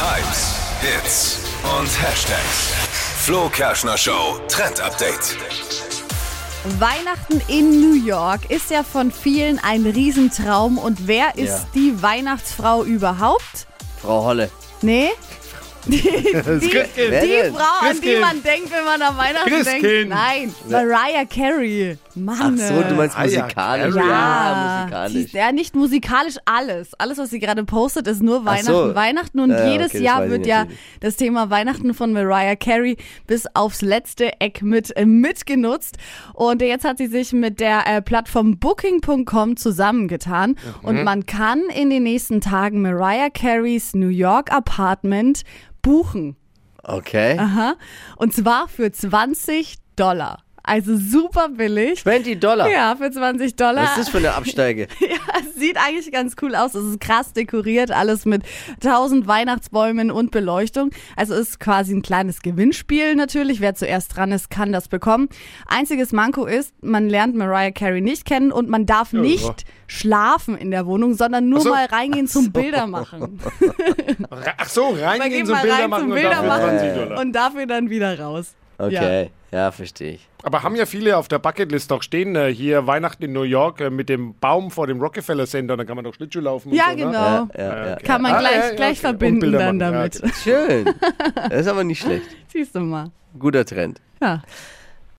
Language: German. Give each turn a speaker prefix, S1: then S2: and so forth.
S1: Hypes, Hits und Hashtags. Flo Kerschner Show Trend Update.
S2: Weihnachten in New York ist ja von vielen ein Riesentraum. Und wer ist
S3: Ja.
S2: die Weihnachtsfrau überhaupt?
S3: Frau Holle.
S2: Nee? Die, die,
S3: Wer
S2: die
S3: denn?
S2: Frau, an die
S4: Christkind.
S2: man denkt, wenn man an Weihnachten
S4: Christkind.
S2: denkt. Nein, Mariah Carey.
S3: Ach
S2: Mann.
S3: so, du meinst
S4: Ah ja,
S3: musikalisch.
S4: Carrie.
S3: ja,
S2: Sie,
S3: musikalisch.
S2: ja, nicht musikalisch alles. Alles, was sie gerade postet, ist nur Weihnachten,
S3: so.
S2: Weihnachten. Und
S3: Ja,
S2: jedes
S3: okay, das weiß
S2: Jahr
S3: ich
S2: wird ja
S3: natürlich.
S2: das Thema Weihnachten von Mariah Carey bis aufs letzte Eck mit äh, mitgenutzt. Und jetzt hat sie sich mit der äh, Plattform Booking.com zusammengetan.
S3: Mhm.
S2: Und man kann in den nächsten Tagen Mariah Careys New York Apartment buchen.
S3: Okay.
S2: Aha. Und zwar für 20 Dollar. Also super billig.
S3: 20 Dollar.
S2: Ja, für 20 Dollar.
S3: Was ist das für eine Absteige?
S2: Ja, es sieht eigentlich ganz cool aus. Es ist krass dekoriert, alles mit tausend Weihnachtsbäumen und Beleuchtung. Also ist quasi ein kleines Gewinnspiel natürlich. Wer zuerst dran ist, kann das bekommen. Einziges Manko ist, man lernt Mariah Carey nicht kennen und man darf nicht schlafen in der Wohnung, sondern nur
S4: Oh. Ach so.
S2: mal reingehen zum Bilder machen.
S4: Ach so,
S2: Man
S4: reingehen
S2: geht
S4: zum
S2: mal
S4: Bilder
S2: rein
S4: machen
S2: zum
S4: und
S2: Bilder
S4: dafür
S2: machen
S4: 20 Dollar.
S2: und dafür dann wieder raus.
S3: Okay. Ja, verstehe ich.
S4: Aber haben ja viele auf der Bucketlist doch stehen, äh, hier Weihnachten in New York äh, mit dem Baum vor dem Rockefeller Center, dann kann man doch Schlittschuh laufen.
S2: Ja,
S4: und so, Ne?
S2: genau.
S3: Ja, ja, ja.
S2: Kann man
S4: Ah,
S2: gleich,
S4: ja, ja,
S2: gleich
S4: okay. Und
S2: verbinden
S4: Bilder
S2: dann
S4: machen, ja,
S2: damit.
S3: Schön. Das ist aber nicht schlecht.
S2: Siehst du mal.
S3: Guter Trend.
S2: Ja.